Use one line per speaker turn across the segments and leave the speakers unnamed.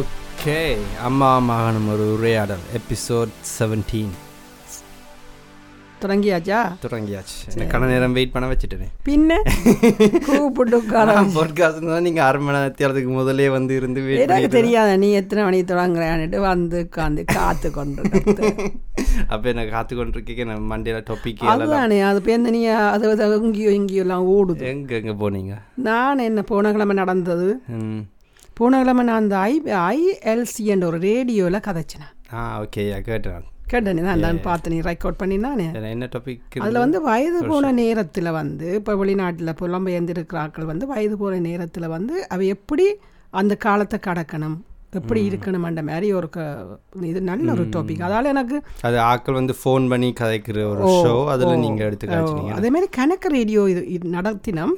Okay அம்மா மகனும் ஒரு உரையாடல் எபிசோட் செவன்டீன்
தொடங்கியாச்சா
தொடங்கியாச்சு என்ன கன நேரம் வெயிட் பண்ண வச்சுட்டேனே
பின்ன கூப்பிட்டு உட்கார
பாட்காஸ்ட் தான் நீங்கள் அரை மணி நேரத்துக்கு முதலே வந்து இருந்து wait
எனக்கு
பண்ணிட்டு
தெரியாத நீ எத்தனை மணிக்கு தொடங்குறான்னுட்டு வந்து உட்காந்து காத்து கொண்டு இருக்க.
அப்போ எனக்கு காத்து கொண்டிருக்கேன் நம்ம மண்டையில் டொப்பிக் எல்லாம்
அதுதானே அது பேருந்து நீ அது அது இங்கேயோ இங்கேயோ எல்லாம் ஓடுது
எங்கே எங்கே போனீங்க
நான் என்ன போன கிழமை நடந்தது
ம்
போன கிழமை நான் அந்த ஐ ஐஎல்சி என்ற ஒரு ரேடியோவில் கதைச்சினேன்
ஆ ஓகே கேட்டேன்
கேட்டேனே நான் தான் பார்த்து நீ ரெக்கார்ட் பண்ணினானே
இதுல என்ன டாபிக்
அதில் வந்து வயது போன நேரத்தில் வந்து இப்போ வெளிநாட்டில் புலம்பெயர்ந்திருக்கிற ஆட்கள் வந்து வயது போன நேரத்தில் வந்து அவ எப்படி அந்த காலத்தை கடக்கணும் எப்படி இருக்கணும்ன்ற மாதிரி ஒரு க- இது நல்ல ஒரு டாபிக் அதால் எனக்கு
அது ஆக்கள் வந்து ஃபோன் பண்ணி கதைக்கிற ஒரு ஷோ அதில் நீங்கள் எடுத்து கழிச்சினீங்க
அதே மாதிரி கணக்கு ரேடியோ இது இது நடத்தினோம்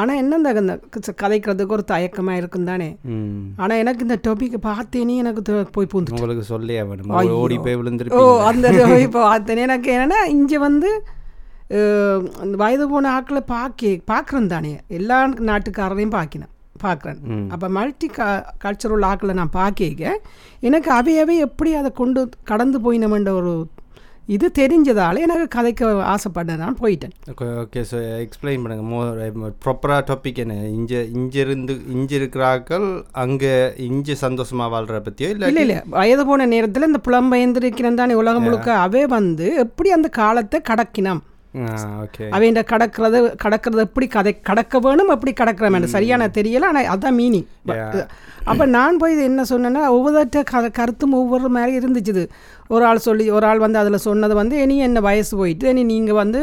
ஆனால் என்ன இந்த இந்த க- கதைக்கிறதுக்கு ஒரு தயக்கமாக இருக்கும் தானே
ம்
ஆனால் எனக்கு இந்த டாபிக் பார்த்தேனே எனக்கு தெ- போய் பூந்து
உங்களுக்கு சொல்லியே வேணும் ஓடி போய்
ஓ
விழுந்துருப்பீங்க
அந்த இப்போ பார்த்தேன் எனக்கு என்னன்னா இங்கே வந்து அஹ், அந்த வயது போன ஆட்களை பார்க்க பார்க்குறேன் தானே எல்லா நாட்டுக்காரரையும் பார்க்கினேன் பார்க்குறேன் அப்போ மல்டி க கல்ச்சரல் ஆக்களை நான் பார்க்க எனக்கு அவையவே எப்படி அதை கொண்டு கடந்து போயினமென்ற ஒரு இது தெரிஞ்சதால எனக்கு கதைக்க ஆசைப்பட்டேன் நான் போயிட்டேன்
okay okay so explain uh, பண்ணுங்க மோ ப்ராப்பராக டாபிக் என்ன இஞ்ச இஞ்சிருந்து இஞ்சி இருக்கிறாக்கள் அங்கே இஞ்சி சந்தோஷமாக வாழ்கிற பற்றியோ இல்லை
இல்லை இல்லை வயது போன நேரத்தில் இந்த புலம்பெயர்ந்திருக்கிறேன் தானே உலகம் முழுக்க அவே வந்து எப்படி அந்த காலத்தை கடக்கினாம்
ஓகே
அவன் கடக்கிறது கடக்கிறது எப்படி கதை கடக்க வேணும் எப்படி கடக்கிற வேணும் சரியான தெரியல ஆனால் அதான் மீனிங் அப்போ நான் போய் இது என்ன சொன்னேன்னா ஒவ்வொருத்த க கருத்தும் ஒவ்வொரு மாதிரி இருந்துச்சுது ஒரு ஆள் சொல்லி ஒரு ஆள் வந்து அதில் சொன்னது வந்து இனி என்ன வயசு போயிட்டு இனி நீங்கள் வந்து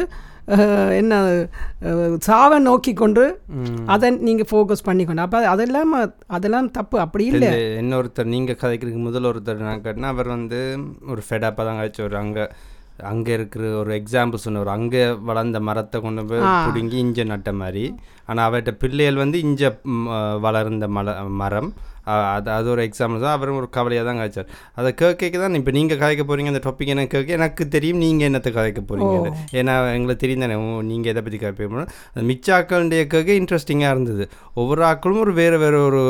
அஹ், என்ன அஹ், சாவை நோக்கி கொண்டு அதை நீங்கள் ஃபோக்கஸ் பண்ணிக்கணும் அப்போ அதெல்லாம் அதெல்லாம் தப்பு அப்படி இல்லை
இந்த இன்னொருத்தர் நீங்கள் கதைக்கிறதுக்கு முதல் ஒருத்தர் நான் கேட்டேன்னா அவர் வந்து ஒரு ஃபெடாப்பாக தான் கழிச்சவர் அங்கே அங்கே இருக்கிற ஒரு எக்ஸாம்பிள் சொன்னவர் அங்கே வளர்ந்த மரத்தை கொண்டு போய் பிடுங்கி இஞ்ச நட்ட மாதிரி ஆனால் அவர்கிட்ட பிள்ளைகள் வந்து இஞ்ச ம், அஹ், வளர்ந்த மல மரம் அஹ், அது அது ஒரு எக்ஸாம்பிள் தான் அவரும் ஒரு கவலையாக தான் கழிச்சார் அதை கேட்க தான் இப்போ நீங்கள் கதைக்க போகிறீங்க அந்த டாபிக் எனக்கு கேட்க எனக்கு தெரியும் நீங்கள் என்னத்தை கதைக்க போகிறீங்க ஏன்னா எங்களுக்கு தெரியும் தானே நீங்கள் எதை பற்றி கதைக்க போகிறோம் அந்த மிச்சாக்களுடைய கேட்க இன்ட்ரெஸ்டிங்காக இருந்தது ஒவ்வொரு ஆக்களும் ஒரு வேறு வேறு ஒரு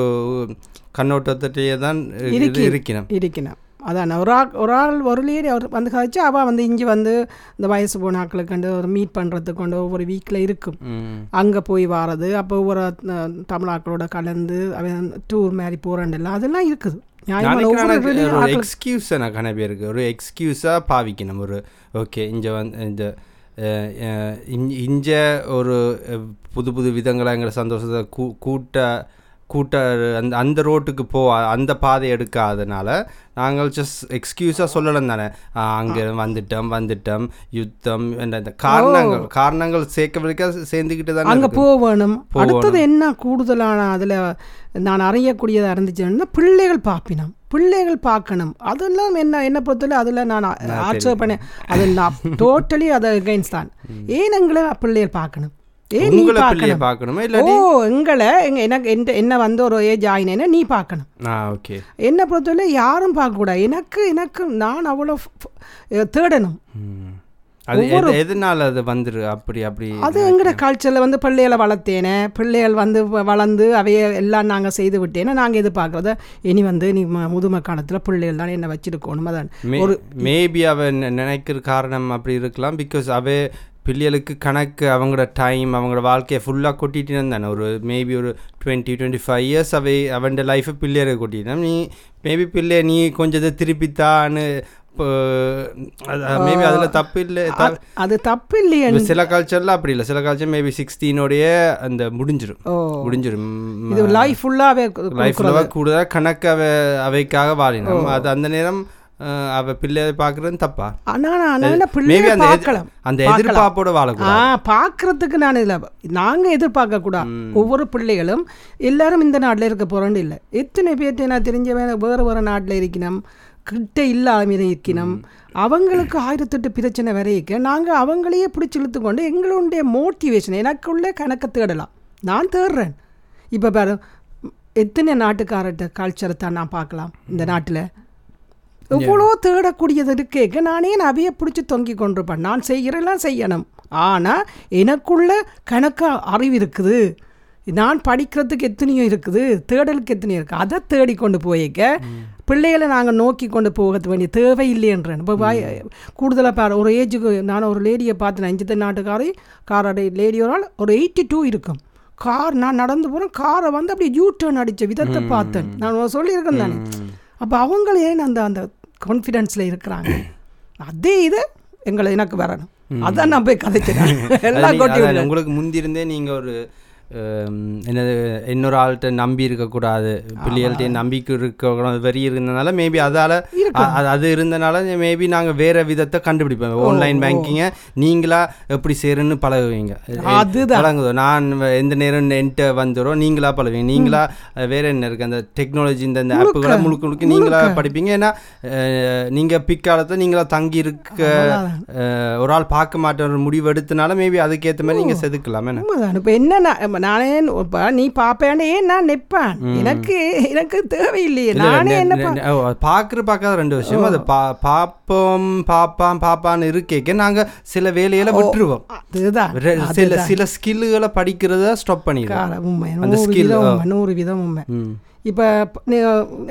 கண்ணோட்டத்திலேயே தான் இது
இருக்கு.
இருக்கணும்
இருக்கணும் அதான் ஒரு ஆள் ஒரு ஆள் ஒரு லேடி அவர் வந்து கதைச்சு அவள் வந்து இங்கே வந்து இந்த வயசு போன ஆட்களுக்கு ஒரு மீட் பண்ணுறதுக்கு கொண்டு ஒவ்வொரு வீக்கில் இருக்கும்
ம்
அங்கே போய் வாரது அப்போ ஒவ்வொரு அஹ், தமிழாக்களோட கலந்து அவன் டூர் மாதிரி போகிறண்டெல்லாம் அதெல்லாம் இருக்குது நியாயமான ஒவ்வொரு வெளியும்
ஒரு
ஆட்கள்
எக்ஸ்கியூஸ் நான் கணக்கு இருக்கு ஒரு எக்ஸ்கியூஸாக பாவிக்கணும் ஒரு ஓகே இங்கே வந்து இந்த அஹ், அஹ், இங்க- இங்க ஒரு அஹ், புது புது விதங்களாக எங்களை சந்தோஷத்தை கூ கூட்ட கூட்ட அந்த அந்த ரோட்டுக்கு போ அந்த பாதை எடுக்காதனால நாங்கள் ஜஸ்ட் எக்ஸ்கியூஸாக சொல்லலாம் தானே அங்கே வந்துட்டோம் வந்துட்டோம் யுத்தம் என்ற இந்த காரணங்கள் காரணங்கள் சேர்க்கவிருக்க சேர்ந்துக்கிட்டு தானே
அங்கே
இருக்கு.
போகணும் அடுத்தது என்ன கூடுதலான அதில் நான் அறியக்கூடியதாக இருந்துச்சுன்னா பிள்ளைகள் பார்ப்பினம் பிள்ளைகள் பார்க்கணும் அதெல்லாம் என்ன என்ன பொறுத்தவரை அதில் நான் ஆட்சேபனை பண்ணேன் அது நான் டோட்டலி அது அகைன்ஸ்ட் தான் ஏன் எங்களை பிள்ளைகள் பார்க்கணும் ஏன் நீ
உங்களை பிள்ளையை
பார்க்கணும்
பார்க்கணுமா
ஓ
இல்லாட்டி
எங்களை எங்க எனக்கு என்ன- என்ன வந்து ஒரு ஏஜ் ஆயினேன்னா நீ பார்க்கணும்
ஆ ஓகே
என்னை பொறுத்தவரை யாரும் பார்க்கக்கூடாது எனக்கு எனக்கு நான் அவ்வளோ ஃப- ஃப- அஹ் தேடணும்
ம். அது எது எதனால அது வந்துரு அப்படி அப்படி
அது எங்கட கல்ச்சரில் வந்து பிள்ளைகளை வளர்த்தேனே பிள்ளைகள் வந்து வ- வளர்ந்து அவைய எல்லாம் நாங்கள் செய்து விட்டேனே நாங்கள் எதிர்பார்க்குறத இனி வந்து நீ ம- முதுமை காலத்தில் பிள்ளைகள் தானே என்ன வச்சிருக்கணும் அதான்
மேபி அவ நெ- நினைக்கிற காரணம் அப்படி இருக்கலாம் பிகாஸ் அவ பிள்ளைகளுக்கு கணக்கு அவங்களோட டைம் அவங்களோட வாழ்க்கையை ஃபுல்லாக கொட்டிட்டு இருந்தானே ஒரு மேபி ஒரு டுவெண்ட்டி டுவெண்ட்டி ஃபைவ் இயர்ஸ் அவை அவன்ட லைஃபை பிள்ளையரை கொட்டிட்டான் நீ மேபி பிள்ளைய நீ கொஞ்சத்தை திருப்பித்தான்னு மேபி அதில் தப்பு இல்லை
அ- அது தப்பு இல்லையே
சில கல்ச்சரில் அப்படி இல்லை சில கல்ச்சர் மேபி சிக்ஸ்டீனோடைய அந்த முடிஞ்சிரும்
ஓ
முடிஞ்சிரும்
இது லைஃப் ஃபுல்லாகவே
லைஃப்ல கூடுதலா கணக்கு அவ அவைக்காக வாழினோம் அது அந்த நேரம் அஹ், அவ பிள்ளையை பார்க்குறது தப்பா
ஆனால் நான்
மேபி
பிள்ளைகளை
அந்த எதி-
பார்க்கலாம்
அந்த எதிர்பார்ப்போட வாழக்கூடாது
ஆ பார்க்கறதுக்கு நான் இதில் நாங்கள் எதிர்பார்க்கக்கூடாது ஒவ்வொரு பிள்ளைகளும் எல்லாரும் இந்த நாட்டில் இருக்க போகிறோன்னு இல்லை எத்தனை பேர்ட்டு நான் தெரிஞ்சவன் வேறு வேறு நாட்டில் இருக்கணும் கிட்ட இல்லாமல் இருக்கணும் அவங்களுக்கு ஆயிரத்தெட்டு பிரச்சனை வரைக்க நாங்கள் அவங்களையே பிடிச்சி இழுத்து கொண்டு எங்களுடைய மோட்டிவேஷன் எனக்குள்ளே கணக்கு தேடலாம் நான் தேடுறேன் இப்போ பாரு எத்தனை நாட்டுக்காரர்கிட்ட கல்ச்சரை தான் நான் பார்க்கலாம் இந்த நாட்டில் எவ்வளோ தேடக்கூடியது இருக்கேக்க நானே நான் அவைய பிடிச்சி தொங்கி கொண்டிருப்பேன் நான் செய்கிறெல்லாம் செய்யணும் ஆனால் எனக்குள்ள கணக்கு அறிவு இருக்குது நான் படிக்கிறதுக்கு எத்தனையோ இருக்குது தேடலுக்கு எத்தனையோ இருக்குது அதை தேடி கொண்டு போயிக்க பிள்ளைகளை நாங்கள் நோக்கி கொண்டு போக வேண்டிய தேவை இல்லைன்றேன் இப்போ வாய் கூடுதலாக பாரு ஒரு ஏஜுக்கு நான் ஒரு லேடியை பார்த்தேன் அஞ்சு நாட்டுக்காரி காரோடைய லேடி ஒரு ஆள் ஒரு எயிட்டி டூ இருக்கும் கார் நான் நடந்து போகிறேன் காரை வந்து அப்படியே யூ டர்ன் அடித்த விதத்தை பார்த்தேன் நான் சொல்லியிருக்கேன் தானே அப்போ அவங்கள ஏன் அந்த அந்த கான்ஃபிடென்ஸில் இருக்கிறாங்க அதே இது எங்களை எனக்கு வரணும் அதான் நான் போய் கதைக்கிறேன் எல்லாம் கொட்டி
அதான் உங்களுக்கு முந்திருந்தே நீங்க ஒரு ஹம், என்னது இன்னொரு ஆள்கிட்ட நம்பி இருக்கக்கூடாது பிள்ளைகள்கிட்ட நம்பிக்கை இருக்க வெறி இருந்தனால மேபி அதால அ- அது- அது இருந்தனால மேபி நாங்க வேற விதத்தை கண்டுபிடிப்போம் ஆன்லைன் பேங்கிங்க நீங்களா எப்படி சேருன்னு பழகுவீங்க
அதுதான்.
பழகுதோ நான் வ- எந்த நேரம் என்கிட்ட வந்துடும் நீங்களா பழகுவீங்க நீங்களா அஹ், வேற என்ன இருக்கு அந்த டெக்னாலஜி இந்த இந்த ஆப்புகளை முழுக்க முழுக்க நீங்களா படிப்பீங்க ஏன்னா அஹ், நீங்க பிற்காலத்தை நீங்களா தங்கி இருக்க அஹ், ஒரு ஆள் பார்க்க மாட்டேன் ஒரு முடிவு எடுத்தனால மேபி அதுக்கேற்ற மாதிரி நீங்க செதுக்கலாம் என்ன
உண்மைதான் இப்போ என்ன நான் நானே இப்போ நீ பார்ப்பேன்னு ஏன் நான் நிற்பேன் எனக்கு எனக்கு தேவையில்லையே நானே என்ன பா-
பாக்குற பார்க்காத ரெண்டு விஷயம் அது பா- பாப்போம் பாப்பாம் பாப்பான்னு இருக்கேக்க நாங்க சில வேலையில விட்டுருவோம்
அதுதான்
ரெ- சில சில ஸ்கில்லுகளை படிக்கிறத ஸ்டாப் பண்ணிடுவோம்
கார உண்மை
அந்த
நூறு
skill,
விதம் உண்மை நூறு விதம் உண்மை
ம்.
இப்போ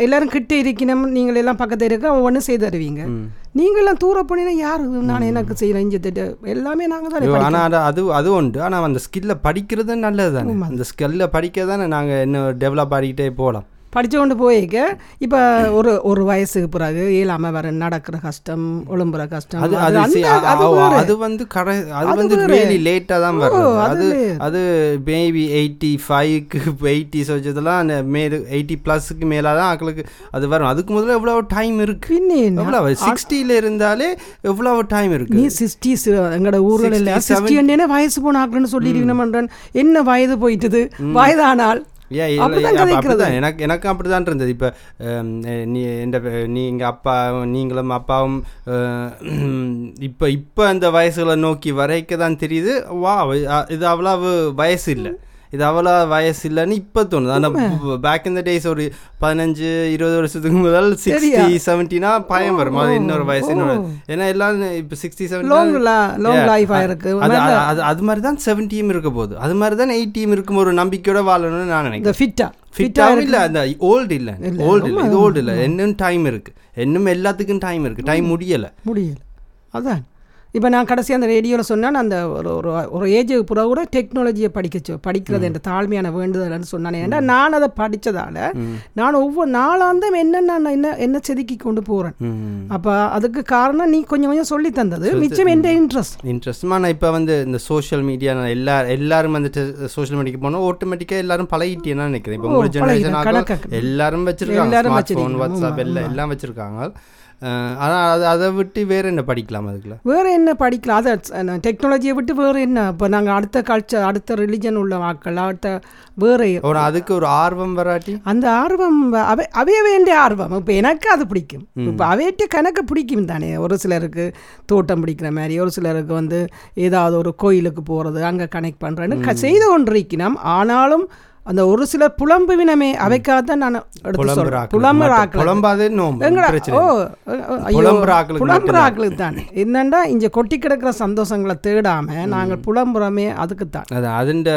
எல்லாரும் கிட்ட இருக்கணும் நீங்கள் எல்லாம் பக்கத்தில் இருக்க ஒவ்வொன்றும் செய்து தருவீங்க நீங்களாம் தூர போனீங்கன்னா யார் நான் எனக்கு செய்கிறேன் இஞ்சி திட்டு எல்லாமே நாங்கள்
ஐயோ,
தான்
ஆனா அது அது அது உண்டு ஆனா அந்த ஸ்கில்ல படிக்கிறது நல்லது தானே அந்த ஸ்கில்ல படிக்க தானே நாங்க இன்னும் டெவலப் ஆகிக்கிட்டே போகலாம்
படித்து கொண்டு போயிக்க இப்போ ஒரு ஒரு வயசுக்கு பிறகு இயலாமல் வர நடக்கிற கஷ்டம் ஒழும்புற கஷ்டம்
அது
அது
அது
அந்த
see, அ-
அது
அ-
வேற.
அது வந்து கடை அது
அது
வந்து
வேற.
really late ஆ தான் வரும்
ஓ, அது
அது அது மேபி எயிட்டி ஃபைவ்க்கு எயிட்டி வச்சதெல்லாம் மேல எயிட்டி ப்ளஸுக்கு மேலே தான் ஆக்களுக்கு அது வரும் அதுக்கு முதல்ல எவ்வளவு டைம் இருக்கு
பின்ன என்ன?
எவ்வளவு சிக்ஸ்டியில் இருந்தாலே எவ்வளவு டைம் இருக்கு
நீ சிஸ்டிஸ் எங்களோட ஊரில் இல்லை
67
சிஸ்டின்னு வயசு போனாக்குன்னு சொல்லிடுவீங்க என்ன வயது போயிட்டுது வயதானால்
ஏன் இல்ல,
அப்படிதான்
அப்ப-
கதைக்கிறது.
அப்படிதான். எனக்கு எனக்கு அப்படிதான் இருந்தது இப்போ நீ எந்த நீங்கள் அப்பா நீங்களும் அப்பாவும் இப்போ இப்போ அந்த வயசுல நோக்கி வரைக்க தான் தெரியுது வா இது அவ்வளவு வயசு இல்லை இது அவ்வளோ வயசு இல்லைன்னு இப்போ தோணுது ஆனால் பேக் இந்த டேஸ் ஒரு பதினஞ்சு இருபது வருஷத்துக்கு முதல் சிக்ஸ்டி செவன்ட்டினா பயம் வரும் அது இன்னொரு வயசு இன்னொரு ஏன்னா எல்லாம் இப்போ sixty
long
seventy
long
Yeah.
Life ஆயிருக்கு
அது அது- அது அது மாதிரி தான் செவன்ட்டியும் இருக்க போகுது அது மாதிரி தான் எயிட்டியும் இருக்கும் ஒரு நம்பிக்கையோட வாழணும்னு நான் நினைக்கிறேன்
இந்த ஃபிட்டா
ஃபிட்டாகவும் இல்லை அந்த ஓல்டு இல்லை ஓல்டு இல்லை இது ஓல்டு இல்லை இன்னும் டைம் இருக்கு இன்னும் எல்லாத்துக்கும் டைம் இருக்கு டைம் முடியலை
முடியல அதான் இப்போ நான் கடைசி அந்த ரேடியோவில் சொன்னேன் அந்த ஒரு ஒரு ஒரு ஏஜுக்கு பிறகு கூட டெக்னாலஜியை படிக்கச்சோ படிக்கிறது என்ற தாழ்மையான வேண்டுதல்னு சொன்னானே ஏன்னா நான் அதை படித்ததால் நான் ஒவ்வொரு நாளாந்தம் என்ன நான் என்ன என்ன செதுக்கி கொண்டு போகிறேன் அப்போ அதுக்கு காரணம் நீ கொஞ்சம் கொஞ்சம் சொல்லி தந்தது மிச்சம் எந்த இன்ட்ரெஸ்ட்
இன்ட்ரெஸ்ட் நான் இப்போ வந்து இந்த சோஷியல் மீடியா எல்லா எல்லாரும் வந்துட்டு சோஷியல் மீடியாக்கு போனால் ஆட்டோமேட்டிக்காக எல்லாரும் பழகிட்டேன்னு நினைக்கிறேன் இப்போ
ஓ,
உங்களோட
பழகிட்டேன்.
ஜெனரேஷன்
கணக்கு.
ஆகும் எல்லாரும் வச்சிருக்காங்க
எல்லாரும்
ஸ்மார்ட் ஃபோன்
வச்சிருக்கீங்க.
வாட்ஸ்அப் எல்லாம் எல்லாம் வச்சிருக்காங்க ஆனால் அது அதை விட்டு வேற என்ன படிக்கலாம் அதுக்குள்ள
வேறு என்ன படிக்கலாம் அதை டெக்னாலஜியை விட்டு வேறு என்ன இப்போ நாங்கள் அடுத்த கல்ச்சர் அடுத்த ரிலிஜன் உள்ள ஆட்கள் அடுத்த வேறு
ஒரு அதுக்கு ஒரு ஆர்வம் வராட்டி
அந்த ஆர்வம் வ- அவை அவைய வேண்டிய ஆர்வம் இப்போ எனக்கு அது பிடிக்கும் இப்போ அவையிட்ட கணக்கு பிடிக்கும் தானே ஒரு சிலருக்கு தோட்டம் பிடிக்கிற மாதிரி ஒரு சிலருக்கு வந்து ஏதாவது ஒரு கோயிலுக்கு போகிறது அங்கே கனெக்ட் பண்ணுறேன்னு செய்து கொண்டிருக்கணும் ஆனாலும் அந்த ஒரு சிலர் புலம்புவினமே அவைக்காக தான் நான் எடுத்து சொல்கிறேன்
புலம்புறாக்கள்
புலம்புறாக்கள்
புலம்பாதே நோம்பு
எங்கடா
பிரச்சனை
ஓ ஓ, ஐயோ,
புலம்புறாக்களுக்கு
புலம்புறாக்களுக்கு தான் என்னண்டா இங்க கொட்டி கிடக்கிற சந்தோஷங்களை தேடாம நாங்கள் புலம்புறமே அதுக்கு தான்
அது அதுண்ட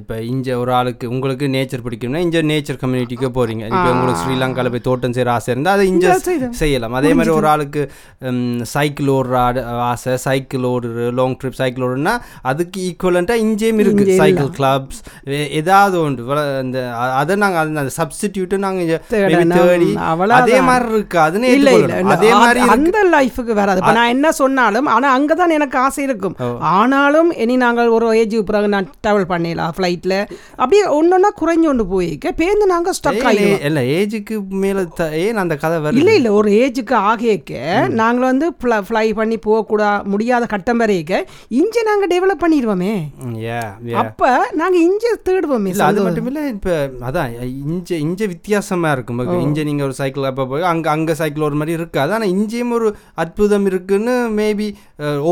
இப்போ இஞ்ச ஒரு ஆளுக்கு உங்களுக்கு நேச்சர் பிடிக்கும்னா இஞ்ச நேச்சர் கம்யூனிட்டிக்கு போறீங்க இப்போ உங்களுக்கு ஸ்ரீலங்காவில் போய் தோட்டம் செய்கிற ஆசை இருந்தால் அதை இஞ்ச செய்யலாம் அதே மாதிரி ஒரு ஆளுக்கு சைக்கிள் ஓடுற ஆடு- ஆசை சைக்கிள் ஓடுற லாங் ட்ரிப் சைக்கிள் ஓடுனா அதுக்கு ஈக்குவலண்ட்டாக இஞ்சேயும் இருக்கு சைக்கிள் கிளப்ஸ் ஏதாவது ஒன்று வள- அந்த அ- அதை நாங்கள் அது அந்த சப்ஸ்டிடியூட்டை நாங்கள்
தேடணும்.
தேடி
அவ்வளவுதான்.
அதே மாதிரி இருக்கு அதுன்னு
இல்ல இல்ல
ஏற்றுக்கொள்ளணும்.
இல்ல.
அதே
அந்த-
மாதிரி இருக்கு
அந்த லைஃபுக்கு வராது இப்ப நான் என்ன சொன்னாலும் ஆனா அங்கதான் எனக்கு ஆசை இருக்கும் ஆனாலும் இனி நாங்கள் ஒரு ஏஜ் பிறகு நான் டிராவல் பண்ணிடலாம் ஃப்ளைட்ல அப்படியே ஒன்னொன்னா குறைஞ்சு கொண்டு போயிக்க பேருந்து நாங்க ஸ்டக்
ஏய்,
ஆகிடுவோம்
ஏய், இல்ல ஏஜுக்கு மேல த- ஏன் அந்த கதை வருது
இல்லை இல்லை ஒரு ஏஜுக்கு ஆகியக்க நாங்கள் வந்து ஃப்ளை பண்ணி போகக்கூடா முடியாத கட்டம் வரையிக்க இங்கே நாங்கள் டெவலப் பண்ணிடுவோமே
யா யா
அப்ப நாங்க இங்கே தேடுவோமே
இல்ல அது மட்டும் இல்ல இப்ப அதான் இஞ்ச இஞ்ச வித்தியாசமா இருக்கும் இப்ப இஞ்ச நீங்க ஒரு சைக்கிள் அப்ப போய் அங்க அங்க சைக்கிள் ஒரு மாதிரி இருக்காது ஆனா இஞ்சியும் ஒரு அற்புதம் இருக்குன்னு மேபி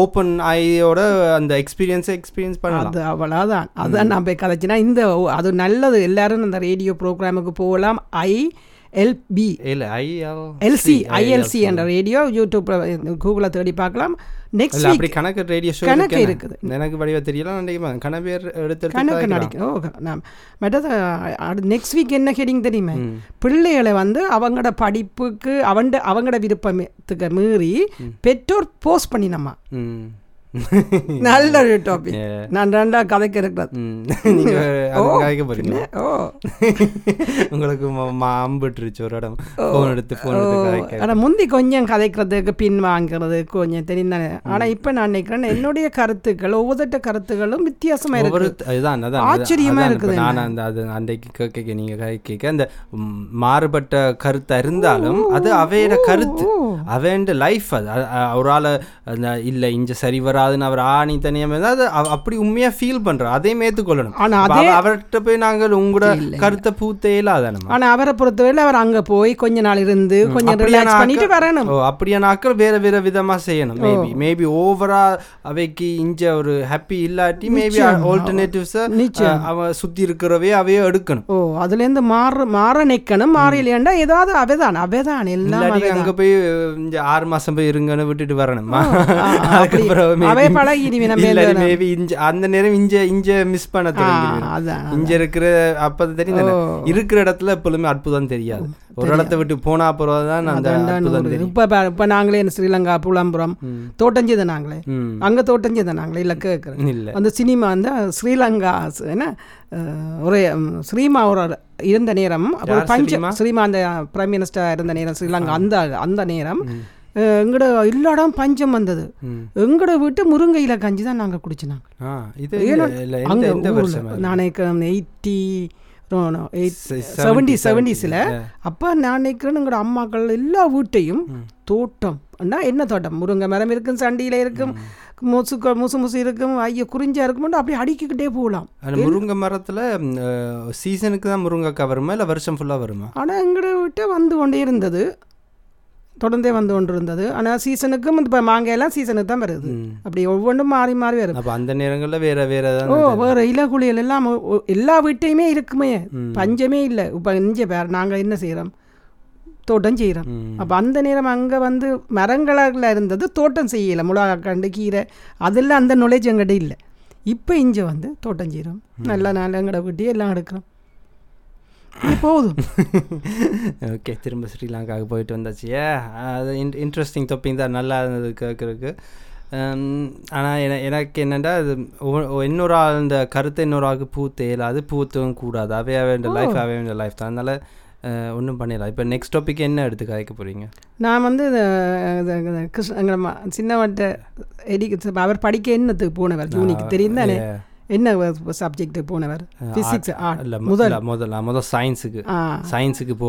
ஓப்பன் ஐயோட அந்த எக்ஸ்பீரியன்ஸை எக்ஸ்பீரியன்ஸ் பண்ணலாம்
அது அவ்வளோதான் அதான் நான் போய் கதைச்சினா இந்த ஓ- அது நல்லது எல்லாரும் அந்த ரேடியோ ப்ரோக்ராமுக்கு போகலாம் ஐ எல்பி
இல்ல ஐ
எல்சி ஐஎல்சி என்ற ரேடியோ யூடியூப்பில் கூகுளில் தேடி பார்க்கலாம் நெக்ஸ்ட்
இல்ல
வீக்
அப்படி கணக்கு ரேடியோ ஷோ
கணக்கு இருக்குது
எனக்கு வடிவா தெரியல நினைக்கிறேன் கணவேர் எடுத்து
கணக்கு நடிக்கும் ஓ நான் மெட்டது நெக்ஸ்ட் வீக் என்ன ஹெடிங் தெரியுமே பிள்ளைகளை வந்து அவங்களோட படிப்புக்கு அவண்ட அவங்களோட விருப்பத்துக்கு மீறி பெற்றோர் போஸ்ட் பண்ணினம்மா
ம்
நல்ல ஒரு டாபிக் நான் ரெண்டா கதைக்கு இருக்கிறது
ம். நீங்க அதுக்கு கதைக்க போறீங்க
ஓ
உங்களுக்கு ம- ம- அம்பிட்டுருச்சு ஒரு இடம் ஃபோன் எடுத்து ஃபோன் எடுத்து கதைக்க
ஆனால் முந்தி கொஞ்சம் கதைக்கிறதுக்கு பின் வாங்குறது கொஞ்சம் தெரிந்தானே ஆனால் இப்போ நான் நினைக்கிறேன் என்னுடைய கருத்துக்கள் ஒவ்வொருத்த கருத்துக்களும் வித்தியாசமா இருக்கு
ஒவ்வொரு அதான் அதான்
ஆச்சரியமா
அதான் இப்ப
இருக்குது
நான் அந்த அது அன்றைக்கு கேட்க நீங்க கதை கேட்க அந்த ம், மாறுபட்ட கருத்தா இருந்தாலும் அது அவையோட கருத்து அவைண்ட லைஃப் அது அ- அ- ஒரு ஆள் அந்த இல்லை இங்க சரி வராதுன்னு அவர் ஆணி தனியாக இருந்தா அது அவ- அப்படி உண்மையா ஃபீல் பண்றோம் அதையும் ஏற்றுக்கொள்ளணும்
ஆனா
அவர்கிட்ட போய் நாங்கள் உங்களோட கருத்தை பூத்தே இல்லாதான
ஆனா அவரை பொறுத்தவரையில அவர் அங்க போய் கொஞ்ச நாள் இருந்து கொஞ்சம் ரிலாக்ஸ் பண்ணிட்டு வரணும்
ஓ அப்படியான ஆட்கள் வேற வேற விதமா செய்யணும் மேபி மேபி ஓவரா அவைக்கு இஞ்ச ஒரு ஹாப்பி இல்லாட்டி மேபி ஆல்டர்னேட்டிவ்ஸை அவ சுத்தி இருக்கிறவே அவையோ எடுக்கணும்
ஓ அதுல இருந்து மாற மாற நிக்கணும் மாற இல்லையாண்டா ஏதாவது அவதான் அவதான் எல்லாம்
இல்லாட்டி அங்க போய் இந்த ஆறு மாசம் போய் இருங்கன்னு விட்டுட்டு வரணுமா அதுக்கப்புறம்
அவே
maybe-
பழகிடுவி நம்ம
இல்லாட்டி மேபி இஞ்ச அந்த நேரம் இஞ்ச இஞ்ச மிஸ் பண்ண தொடங்கிடுவேன்
அதான்
இங்க இருக்கிற அப்ப தெரியும் இருக்கிற இடத்துல எப்பொழுதுமே அற்புதம் தெரியாது ஒரு இடத்த விட்டு போனா அப்புறம் தான் அந்த அற்புதம் தெரியும்
இப்ப பா- இப்ப நாங்களே என்ன ஸ்ரீலங்கா புலம்புரம் தோட்டஞ்சது நாங்களே
ம்
அங்க தோட்டஞ்சது நாங்களே இல்ல கேட்குறேன்
இல்ல
அந்த சினிமா வந்து ஸ்ரீலங்கா ச- என்ன அஹ், ஒரு ம், ஸ்ரீமா ஒரு இருந்த நேரம் அப்ப ஒரு பஞ்ச ஸ்ரீமா அந்த பிரைம் மினிஸ்டர் இருந்த நேரம் ஸ்ரீலங்கா அந்த அந்த நேரம் அஹ், எங்கட எல்லா இடம் பஞ்சம் வந்தது
ம்.
எங்கட வீட்டு முருங்கையில கஞ்சி தான் நாங்க குடிச்சினாங்க
ஆ இது இல்ல இல்ல, எந்த
அங்க
எந்த
ஊர்ல,
வருஷம் அது?
நான் நினைக்கிறேன் எயிட்டி
Se-
செவன்டி
70,
செவன்டிஸில் அப்போ நான் நினைக்கிறேன் எங்களோட அம்மாக்கள் எல்லா வீட்டையும் தோட்டம் அண்ணா என்ன தோட்டம் முருங்கை மரம் இருக்கும் சண்டியில் இருக்கும் முசு முசு முசு இருக்கும் ஐயோ குறிஞ்சா இருக்கும் அப்படியே அடிக்கிக்கிட்டே போகலாம்
அந்த முருங்கை மரத்துல சீசனுக்கு தான் முருங்கைக்காய் வருமா இல்ல வருஷம் ஃபுல்லா வருமா
ஆனால் எங்களை விட்டு வந்து கொண்டே இருந்தது தொடர்ந்தே வந்து கொண்டு இருந்தது ஆனால் சீசனுக்கும் இப்போ மாங்காயெல்லாம் சீசனுக்கு தான் வருது அப்படி ஒவ்வொன்றும் மாறி மாறி வருது
அப்ப அந்த நேரங்கள்ல வேற வேற தான்
ஓ வேற இலகுலியல் எல்லாம் ஒ- ஒ- எல்லா வீட்டையுமே இருக்குமே பஞ்சமே இல்லை இப்போ இங்கே வேறு நாங்கள் என்ன செய்கிறோம் தோட்டம் செய்கிறோம்
ம்.
அப்போ அந்த நேரம் அங்கே வந்து மரங்களாக இருந்தது தோட்டம் செய்யலை மிளகாக்கண்டு கீரை அதெல்லாம் அந்த knowledge எங்கிட்ட இல்லை இப்போ இங்கே வந்து தோட்டம் செய்கிறோம் நல்லா நாள் எங்கட வீட்டையே எல்லாம் எடுக்கிறோம் இது போதும்
ஓகே திரும்ப ஸ்ரீலங்காவுக்கு போயிட்டு வந்தாச்சு ஏ அது இன்ட்ரெஸ்டிங் தொப்பிங் தான் நல்லா இருந்தது கேட்குறதுக்கு ஆனால் என எனக்கு என்னென்னா அது ஒவ்வொ- ஒ- இன்னொரு ஆள் இந்த கருத்தை இன்னொரு ஆளுக்கு பூ தேலாது பூத்தவும் கூடாது அவே வேண்டிய லைஃப் அவே வேண்டிய லைஃப் தான் அதனால் ஒன்றும் பண்ணிடலாம் இப்போ நெக்ஸ்ட் டாபிக் என்ன எடுத்து கதைக்க போகிறீங்க
நான் வந்து இந்த- இந்த- இந்த கிருஷ்ண எங்கட ம- சின்னவன்ட்ட எடி அவர் படிக்க என்னத்துக்கு போனவர் ஜூனிக்கு தெரியும் தானே என்ன சப்ஜெக்ட் போனவர் ஃபிசிக்ஸ் ஆர்ட்
இல்லை முதல் முதல்ல முதல் சயின்ஸுக்கு
ஆ
சயின்ஸுக்கு போ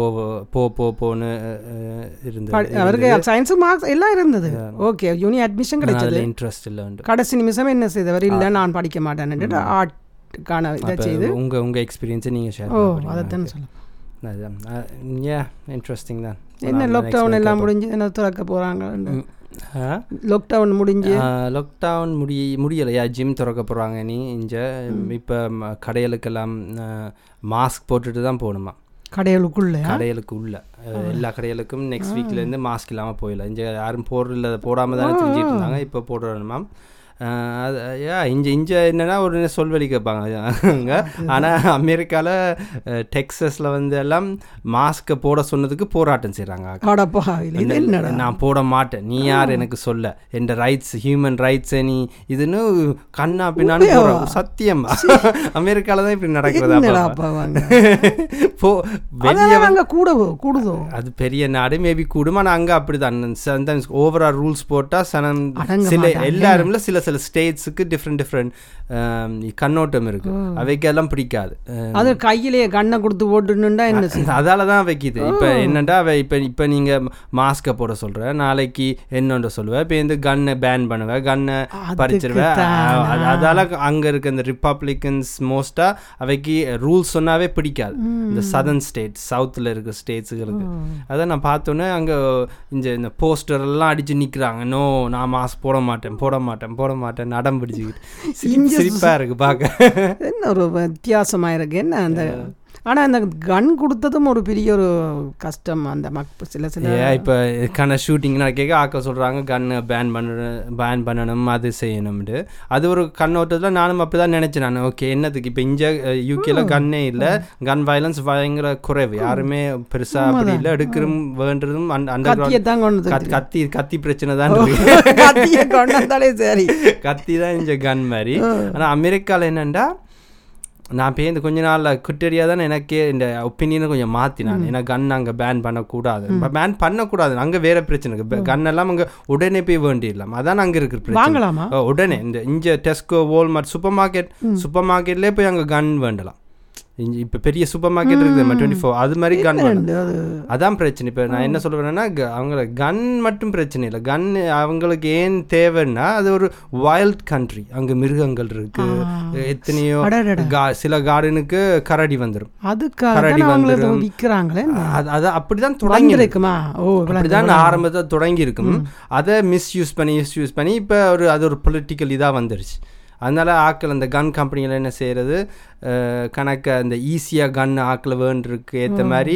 போ போ போன்னு அஹ், அஹ், இருந்தது
படி- அவருக்கு சயின்ஸ் மார்க்ஸ் எல்லாம் இருந்தது ஓகே யூனி அட்மிஷன் கிடைச்சது
அதில் இன்ட்ரெஸ்ட் இல்லை உண்டு
கடைசி நிமிஷம் என்ன செய்தவர் இல்லை நான் படிக்க மாட்டேன்னுட்டு ஆர்ட்டுக்கான இதை செய்து
உங்க உங்க எக்ஸ்பீரியன்ஸை நீங்க ஷேர்
ஓ
பண்ணுங்க
அதைத்தான் சொல்லலாம்
அதுதான் ஏ இன்ட்ரெஸ்டிங் தான்
என்ன லாக்டவுன் எல்லாம் முடிஞ்சு என்ன திறக்க போகிறாங்க லாக்டவுன் முடிஞ்சு
லாக்டவுன் முடி முடியலையா ஜிம் திறக்க போகிறாங்க நீ இங்கே இப்போ கடைகளுக்கெல்லாம் மாஸ்க் போட்டுட்டு தான் போகணுமா
கடைகளுக்குள்ள
கடைகளுக்கு உள்ள அஹ், எல்லா கடைகளுக்கும் நெக்ஸ்ட் வீக்லேருந்து மாஸ்க் இல்லாமல் போயிடலாம் இங்கே யாரும் போடல போடாமல் தானே செஞ்சுட்டு இருந்தாங்க இப்போ போடுறோம் மேம் அது யா இஞ்ச இஞ்ச என்னன்னா ஒரு சொல்வெளி கேட்பாங்க அங்க ஆனால் அமெரிக்காவில் டெக்ஸஸில் வந்து எல்லாம் மாஸ்க்கை போட சொன்னதுக்கு போராட்டம் செய்கிறாங்க
காடப்பா இல்லை இது என்ன
நான் போட மாட்டேன் நீ யார் எனக்கு சொல்ல என் ரைட்ஸ் ஹியூமன் ரைட்ஸை நீ இதுன்னு கண்ணா பின்னான்னு போடுறாங்க. சத்தியமா அமெரிக்கால தான் இப்படி நடக்கிறது
என்னடா
அப்பப்ப.
அப்பா வாங்க
போ வெளி-
அதெல்லாம் அங்கே கூட கூடுதோ
அது பெரிய நாடு மேபி கூடும் ஆனால் அங்கே அப்படி தான் சம்டைம்ஸ் ஓவரால் ரூல்ஸ் போட்டால் சனம் சில எல்லாருமே சில சில ஸ்டேட்ஸுக்கு டிஃப்ரெண்ட் டிஃப்ரெண்ட் um, கண்ணோட்டம் இருக்கு அவைக்கெல்லாம் பிடிக்காது அஹ்,
அது கையிலேயே கண்ணை கொடுத்து போட்டுன்னுண்டா என்ன செய்ய?
அதால தான் வைக்கிது இப்போ என்னடா அவ இப்போ இப்போ நீங்கள் மாஸ்க்கை போட சொல்ற நாளைக்கு என்னன்ற சொல்லுவேன் இப்போ இந்த கன்னை பேன் பண்ணுவேன் கன்னை பறிச்சிருவேன் அ- அது- அதால அங்கே இருக்க இந்த ரிப்பப்ளிகன்ஸ் மோஸ்ட்டாக அவைக்கு ரூல்ஸ் சொன்னாவே பிடிக்காது இந்த சதர்ன் ஸ்டேட்ஸ் சவுத்தில் இருக்க ஸ்டேட்ஸுகளுக்கு அதை நான் பார்த்தோன்னே அங்கே இந்த இந்த poster எல்லாம் அடிச்சு நிற்கிறாங்க நோ நான் மாஸ்க் போட மாட்டேன் போட மாட்டேன் போட மாட்டேன் நடம் பிடிச்சிக்கிட்டு சிரிப்பாக இருக்கு பார்க்க
என்ன ஒரு வித்தியாசமாக இருக்கு என்ன அந்த ஆனால் அந்த கன் கொடுத்ததும் ஒரு பெரிய ஒரு கஷ்டம் அந்த மக் சில சில
ஏன் இப்போ இதுக்கான ஷூட்டிங் கேட்க ஆக்க சொல்கிறாங்க கன்னு பேன் பண்ண பேன் பண்ணணும் அது செய்யணும்ட்டு அது ஒரு கண்ணோட்டத்தில் நானும் அப்படி தான் நினச்சேன் நான் ஓகே என்னதுக்கு இப்போ இங்கே யூகேல கன்னே இல்லை கன் வயலன்ஸ் பயங்கர குறைவு யாருமே பெருசாக அப்படி இல்லை எடுக்கிறதும் வேண்டதும் அண்டர்
கத்தியை தான் கொண்டு வந்து-
கத்தி கத்தி பிரச்சனை தான் இருக்கு
கத்தியை கொண்டு வந்தாலே சரி
கத்தி தான் இந்த கன் மாதிரி ஆனால் அமெரிக்காவில் என்னென்னா நான் போய் இந்த கொஞ்ச நாளில் குட்டடியாக தான் எனக்கே இந்த ஒப்பீனியனை கொஞ்சம் மாற்றி நான் ஏன்னா கன் அங்கே பேன் பண்ணக்கூடாது பேன் பண்ணக்கூடாது அங்கே வேற பிரச்சனை இருக்கு கன்னெல்லாம் அங்கே உடனே போய் வேண்டிடலாம் அதான் அங்கே இருக்கிற பிரச்சனை
வாங்கலாமா
அஹ் உடனே இந்த இங்கே Tesco Walmart super market super மார்க்கெட்லேயே போய் அங்கே கன் வேண்டலாம் இப்போ பெரிய சூப்பர் மார்க்கெட் இருக்குது டுவெண்ட்டி ஃபோர் அது மாதிரி கன் வேண்டாம்
ரெண்டு அது
அதான் பிரச்சனை இப்போ நான் என்ன சொல்ல வரேன்னா அவங்கள கன் மட்டும் பிரச்சனை இல்லை கன் அவங்களுக்கு ஏன் தேவைன்னா அது ஒரு வைல்ட் கண்ட்ரி அங்கே மிருகங்கள் இருக்கு எத்தனையோ
அடடடா.
கா- சில கார்டனுக்கு கரடி வந்துடும்
அதுக்காக
கரடி
தான் அவங்கள இப்போ விற்கிறாங்களே
அது அது அப்படிதான் தொடங்கி
வந்திருக்குமா ஓ விளக்கு.
அப்படிதான் ஆரம்பத்தை தொடங்கி இருக்கும் அதை மிஸ்யூஸ் பண்ணி மிஸ்யூஸ் பண்ணி இப்போ ஒரு அது ஒரு பொலிட்டிக்கல் இதாக வந்துருச்சு அதனால ஆக்கள் அந்த கன் கம்பெனிகள் என்ன செய்கிறது கணக்க அந்த ஈஸியாக கன் ஆக்களை வேண்டிருக்கு ஏற்ற மாதிரி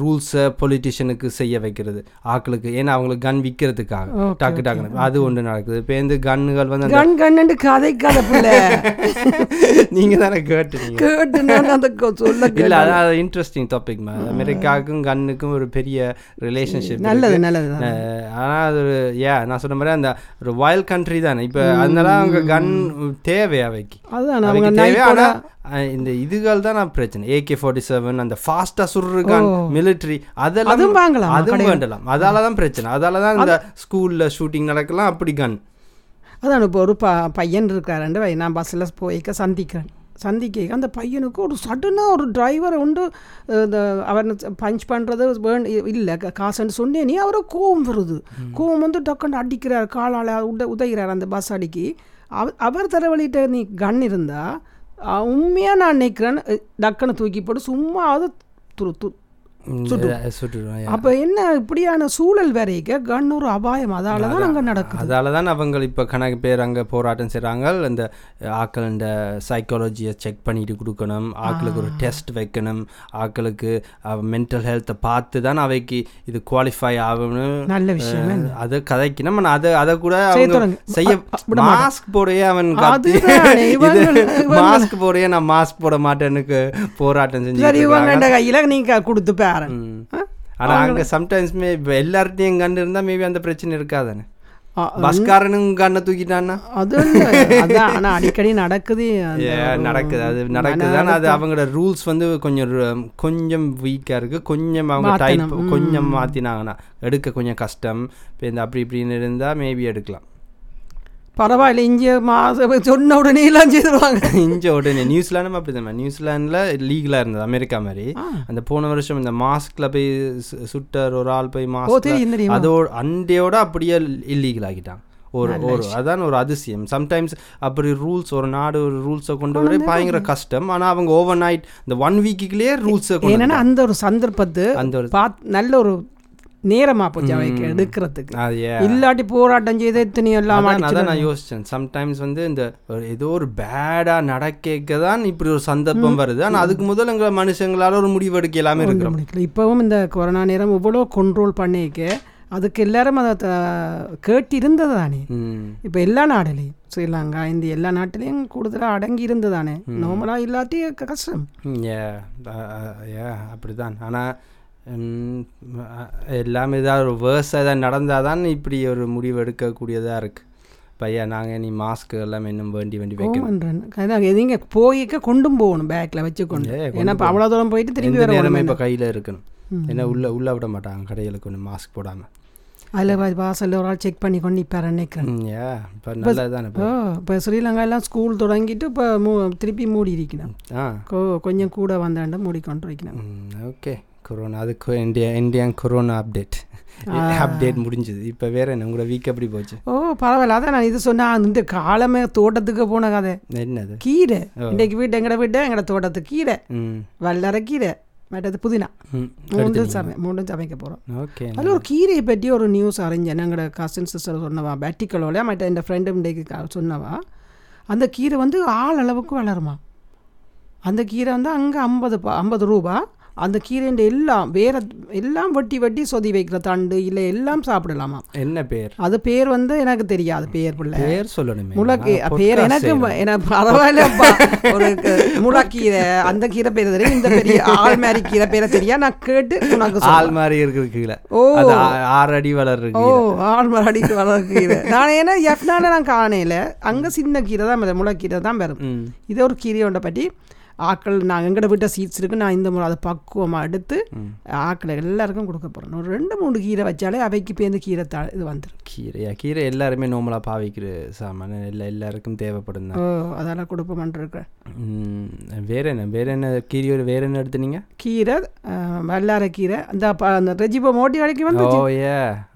ரூல்ஸை பொலிட்டிஷியனுக்கு செய்ய வைக்கிறது ஆக்களுக்கு ஏன்னா அவங்களுக்கு கன் விற்கிறதுக்காக டக்கு டக்குன்னு அது ஒன்று நடக்குது இப்போ இந்த கன்னுகள் வந்து அந்த-
கண் கண்ணு கதை கதை பிள்ளை
நீங்க தானே கேட்டுறீங்க
கேட்டு நான் அந்த கொ- சொல்ல கே-
இல்லை அதான் இன்ட்ரெஸ்டிங் டாபிக் அமெரிக்காவுக்கும் கன்னுக்கும் ஒரு பெரிய ரிலேஷன்ஷிப்
நல்லது நல்லது தான்.
அஹ் ஆனா அது ஒரு ஏ நான் சொன்ன மாதிரி அந்த ஒரு வயல் கண்ட்ரி தானே இப்போ அதனால அவங்க கன் தேவை அவைக்கு
அதுதான் அவங்க
அவைக்கு தேவை
நைட்
ஆனா அஹ் இந்த இதுகள் தான் நான் பிரச்சனை ஏகே ஃபார்ட்டி செவன் அந்த ஃபாஸ்டா சுடுற கன் மிலிட்ரி அதெல்லாம்
அதுவும் வாங்கலாம்
அதுவும் வேண்டலாம் அதால தான் பிரச்சனை அதால தான் இந்த ஸ்கூல்ல ஷூட்டிங் நடக்கலாம் அப்படி கன்
அதான் இப்போ ஒரு ப பையன் இருக்கிறாரு வை நான் பஸ்ஸில் போய்க்க சந்திக்கிறேன் சந்திக்க அந்த பையனுக்கு ஒரு சடனாக ஒரு டிரைவரை உண்டு அஹ், இந்த அவனை பஞ்ச் பண்ணுறது வேண் இல்லை கா- காசுன்னு சொன்னேனே அவரை கோவம் வருது கோவம் வந்து டக்குன்னு அடிக்கிறார் காலால் உட உதைகிறார் அந்த பஸ் அடிக்கி அவ அவர் தரவழிட்ட நீ கன் இருந்தால் உண்மையாக நான் நினைக்கிறேன் டக்குன்னு தூக்கி போட்டு சும்மா அது துரு துரு
சுட்டுருவேன்
அப்போ என்ன இப்படியான சூழல் வேறைக்க கன் ஒரு அபாயம் அதால தான் அங்கே நடக்குது
அதால தான் அவங்க இப்போ கணக்கு பேர் அங்கே போராட்டம் செய்கிறாங்க இந்த ஆக்கள் இந்த சைக்காலஜியை செக் பண்ணிட்டு கொடுக்கணும் ஆக்களுக்கு ஒரு டெஸ்ட் வைக்கணும் ஆக்களுக்கு மென்டல் ஹெல்த்தை பார்த்து தான் அவைக்கு இது குவாலிஃபை ஆகணும்
நல்ல விஷயம்
அது கதைக்கணும் ஆனா அது அதை கூட அவங்க
தொடங்கு.
செய்ய மாஸ்க் போடையே அவன்
அதுதானே, இவங்கள-
மாஸ்க் போடையே நான் மாஸ்க் போட மாட்டேனுக்கு போராட்டம் செஞ்சு
சரி இவங்க என்ற கையில நீங்க கொடுத்து பாரு ஆ?
ஆனால் அங்கே சம்டைம்ஸ்மே இப்போ எல்லார்ட்டையும் கண்டு இருந்தால் மேபி அந்த பிரச்சனை இருக்காதானே
ஆ,
பஸ்காரனும் கண்ணை தூக்கிட்டான்னா
அது இல்ல. அதான் ஆனா அடிக்கடி நடக்குது அந்த
Yeah, நடக்குது அது நடக்குது ஆனா அது அவங்களோட ரூல்ஸ் வந்து கொஞ்சம் ரு- கொஞ்சம் வீக்காக இருக்கு கொஞ்சம் அவங்க டைப் கொஞ்சம் மாற்றினாங்கன்னா எடுக்க கொஞ்சம் கஷ்டம் இப்போ இந்த அப்படி இப்படின்னு இருந்தால் மேபி எடுக்கலாம்
பரவாயில்ல இங்கே மாச சொன்ன உடனே எல்லாம் செய்துருவாங்க
இஞ்ச உடனே நியூசிலாண்டும் அப்படி தான் நியூசிலாண்டில் லீகலாக இருந்தது அமெரிக்கா மாதிரி அந்த போன வருஷம் இந்த மாஸ்கில் போய் சு- சுட்டர் ஒரு ஆள் போய்
ஓ
மாஸ்க்
தெரியும் தெரியும்
அதோட அண்டையோட அப்படியே இல்லீகல் ஆகிட்டான் ஒரு ஒரு அதான் ஒரு அதிசயம் சம்டைம்ஸ் அப்படி ரூல்ஸ் ஒரு நாடு ஒரு ரூல்ஸை கொண்டு வர பயங்கர கஷ்டம் ஆனா அவங்க ஓவர் நைட் இந்த ஒன் வீக்குக்குள்ளேயே ரூல்ஸை கொண்டு
என்னன்னா அந்த ஒரு சந்தர்ப்பத்து
அந்த ஒரு
பாத் நல்ல ஒரு நேரமா போச்சு அவைக்கு எடுக்கிறதுக்கு
அது ஏ-
இல்லாட்டி போராட்டம் செய்து எத்தனையோ இல்லாம
அதான் அதான் நான் யோசிச்சேன் சம்டைம்ஸ் வந்து இந்த ஒரு ஏதோ ஒரு பேடா நடக்க தான் இப்படி ஒரு சந்தர்ப்பம் வருது ஆனா அதுக்கு முதல்ல எங்க மனுஷங்களால ஒரு முடிவு எடுக்க எல்லாமே இருக்கிறோம்
முடிக்கல இப்போவும் இந்த கொரோனா நேரம் இவ்வளோ கண்ட்ரோல் பண்ணிக்க அதுக்கு எல்லாரும் அதை த- கேட்டு இருந்தது தானே
ம்.
இப்போ எல்லா நாடுலேயும் ஸ்ரீலங்கா இந்த எல்லா நாட்டிலையும் கூடுதலாக அடங்கி இருந்ததானே நார்மலாக இல்லாட்டி க- கஷ்டம்
ஏ ஏ அப்படிதான் ஆனால் எல்லாமே ஏதாவது ஒரு வேர்ஸாக ஏதாவது நடந்தால் தான் இப்படி ஒரு முடிவு எடுக்கக்கூடியதாக இருக்குது பையா நாங்கள் நீ மாஸ்க் எல்லாம் இன்னும் வேண்டி வேண்டி வைக்கணும்
போகன்றேன் அதான் எதிங்க போய்க்க கொண்டும் போகணும் பேக்கில் வச்சு கொண்டு ஏன்னா இப்போ அவ்வளோ தூரம் போயிட்டு திரும்பி
எந்த
வர
நேரமே இப்போ கையில் இருக்கணும் ஏன்னா உள்ளே உள்ளே விட மாட்டாங்க கடையில் கொஞ்சம் மாஸ்க் போடாமல்
அதில் வாசலில் ஒரு ஆள் செக் பண்ணி கொண்டு இப்போ நினைக்கிறேன்
ஏ இப்போ நல்லா தானே
ஓ இப்போ ஸ்ரீலங்கா எல்லாம் ஸ்கூல் தொடங்கிட்டு இப்போ மூ திருப்பி மூடி இருக்கணும்
ஆ
கோ கொஞ்சம் கூட வந்தாண்டு மூடி கொண்டு இருக்கணும்
ஓகே கொரோனா அதுக்கு India India corona update update முடிஞ்சது இப்போ வேற என்ன உங்களோட வீக் எப்படி போச்சு
ஓ பரவாயில்ல அதான் நான் இது சொன்னேன் இந்த காலமே தோட்டத்துக்கு போன கதை
என்னது
கீரை இன்னைக்கு வீட்டு எங்கட வீட்டு எங்கட தோட்டத்துக்கு கீரை
ம்
வல்லரை கீரை மற்றது புதினா
ம்
மூன்றும் சமை மூன்றும் சமைக்க போகிறோம்
ஓகே
அதில் ஒரு கீரையை பற்றி ஒரு நியூஸ் அறிஞ்சேன் எங்களோட கசின் சிஸ்டர் சொன்னவா பேட்டிக்கலோல மற்ற என் ஃப்ரெண்டு இன்றைக்கு சொன்னவா அந்த கீரை வந்து ஆள் அளவுக்கு வளருமா அந்த கீரை வந்து அங்கே ஐம்பது பா ஐம்பது ரூபா அந்த கீரைண்ட எல்லாம் வேற எல்லாம் வெட்டி வெட்டி சொதி வைக்கிற தண்டு இல்லை எல்லாம் சாப்பிடலாமா
என்ன பேர்
அது பேர் வந்து எனக்கு தெரியாது பேர் பிள்ளை
பேர் சொல்லணுமே
முளக்கீ
நான்
பேர்
podcast
எனக்கு
செய்றேன்.
எனக்கு பரவாயில்லப்பா ஒரு க- முளக்கீரை அந்த கீரை பேர் தெரியும் இந்த பெரிய ஆள்மாரி கீரை பேரை தெரியா நான் கேட்டு உனக்கு சொல்றேன்.
ஆள் மாதிரி இருக்குது கீழே
ஓ.
அது ஆ- ஆறு அடி வளர்ற
ஓ
கீழே
ஆள்மாரி அடிக்கு வர கீரை நான் ஏன்னா எஃப்னால நான் காணையில் அங்கே சின்ன கீரை தான் வரும், முளக்கீரை தான் வரும்
ம்
இதை ஒரு கீரையோண்ட பற்றி ஆக்கள் நான் எங்கட வீட்டை சீட்ஸ் இருக்கு நான் இந்த முறை அதை பக்குவமாக எடுத்து ஆக்களை எல்லாருக்கும் கொடுக்க போகிறேன் ஒரு ரெண்டு மூணு கீரை வச்சாலே அவைக்கு பேருந்து கீரை தா இது வந்துடும்
கீரையா கீரை எல்லாருமே நோமலாக பாவிக்கிற சாமான எல்லா எல்லாருக்கும் தேவைப்படும் தான்
ஓ அதெல்லாம் கொடுப்போமான்ருக்கேன்
ம், வேற என்ன வேற என்ன கீரையோட வேற என்ன எடுத்துனீங்க
கீரை அஹ், வல்லாரை கீரை அந்த ப- அந்த ரெஜிபோ மோட்டி வரைக்கும் வந்து
ஓ ஏ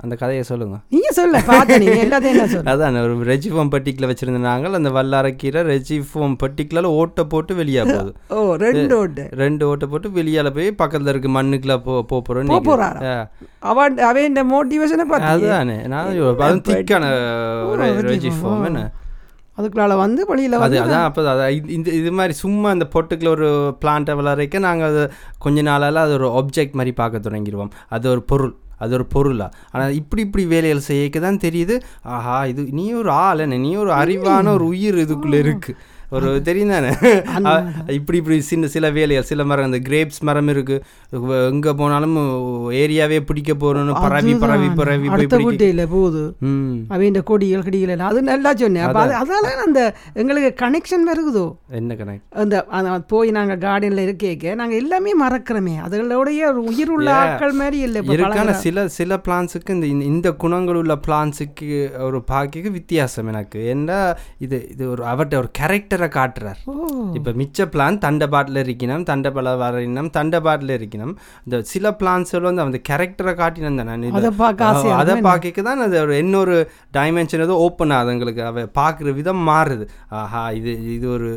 அந்த கதையை சொல்லுங்க
நீங்க சொல்ல பார்த்த நீ எல்லாத்தையும் நான் சொல்ல
அதான் ஒரு ரெஜிஃபோம் பட்டிக்கில் வச்சிருந்த நாங்கள் அந்த வல்லாரக்கீரை ரெஜிஃபோம் பட்டிக்கில் ஓட்டை போட்டு வெளியே போகுது
ஓ ரெண்டு ஓட்டு
ரெண்டு ஓட்டை போட்டு வெளியால போய் பக்கத்துல இருக்க மண்ணுக்குள்ள போ போ- போறோம்
போக
நீங்க-
போறாரா
ஆ,
அவன் அவன் இந்த மோட்டிவேஷனை பார்த்து
அதுதானே நான் யோ- அதுவும் திக்கான ஒரு ரெஜிஃபோம் என்ன
அதுக்குள்ளால வந்து வழியில
அது
வந்து
அதான் அப்போ அதான் இது- இந்த இது மாதிரி சும்மா அந்த பொட்டுக்குள்ள ஒரு பிளான்ட்டை வளர்க்க நாங்கள் அது கொஞ்ச நாளால அது ஒரு ஆப்ஜெக்ட் மாதிரி பார்க்க தொடங்கிடுவோம் அது ஒரு பொருள் அது ஒரு பொருளா ஆனால் இப்படி இப்படி வேலைகள் செய்யக்க தான் தெரியுது ஆஹா இது நீ ஒரு ஆள் என்ன நீ ஒரு அறிவான ஒரு உயிர் இதுக்குள்ளே இருக்கு ஒரு தெரியும் தானே அ- இப்படி இப்படி சின்ன சில வேலைகள் சில மரம் இந்த கிரேப்ஸ் மரம் இருக்கு வ- எங்க போனாலும் ஏரியாவே பிடிக்க போறோம்னு பரவி பரவி பரவி போய்
அடுத்த
பிடிக்க
வீட்டையில போகுது
ம்
அவன் கொடிகள் கிடிகள் எல்லாம் அது நல்லா சொன்னேன் அப்ப அது அதால அந்த எங்களுக்கு கனெக்ஷன் வருகுதோ
என்ன கணக்கு
அந்த அந்த போய் நாங்க கார்டன்ல இருக்கேக்க நாங்க எல்லாமே மறக்கிறோமே அதுகளுடைய ஒரு உயிர் உள்ள
Yeah.
ஆட்கள் மாதிரி இல்லை இப்ப
இருக்கான
பழகுற-
சில சில பிளான்ஸுக்கு இந்த இந்த- இந்த குணங்கள் உள்ள பிளான்ஸுக்கு ஒரு பாக்கிக்கு வித்தியாசம் எனக்கு என்ன இது இது ஒரு அவர்கிட்ட ஒரு கேரக்டரை காட்டுறார்
ஓ
இப்போ மிச்ச பிளான் தண்டபாட்டில் இருக்கணும் தண்டபல வரையினம் தண்டபாட்டில் இருக்கணும் இந்த சில பிளான்ஸில் வந்து அந்த கேரக்டரை காட்டினேன் தான் நான் இது-
அதை பார்க்க ஆசையா
அதை பார்க்க தான் அது ஒரு இன்னொரு டைமென்ஷன் ஏதோ ஓப்பன் ஆகுது எங்களுக்கு அவ பார்க்குற விதம் மாறுது ஆஹா இது இது ஒரு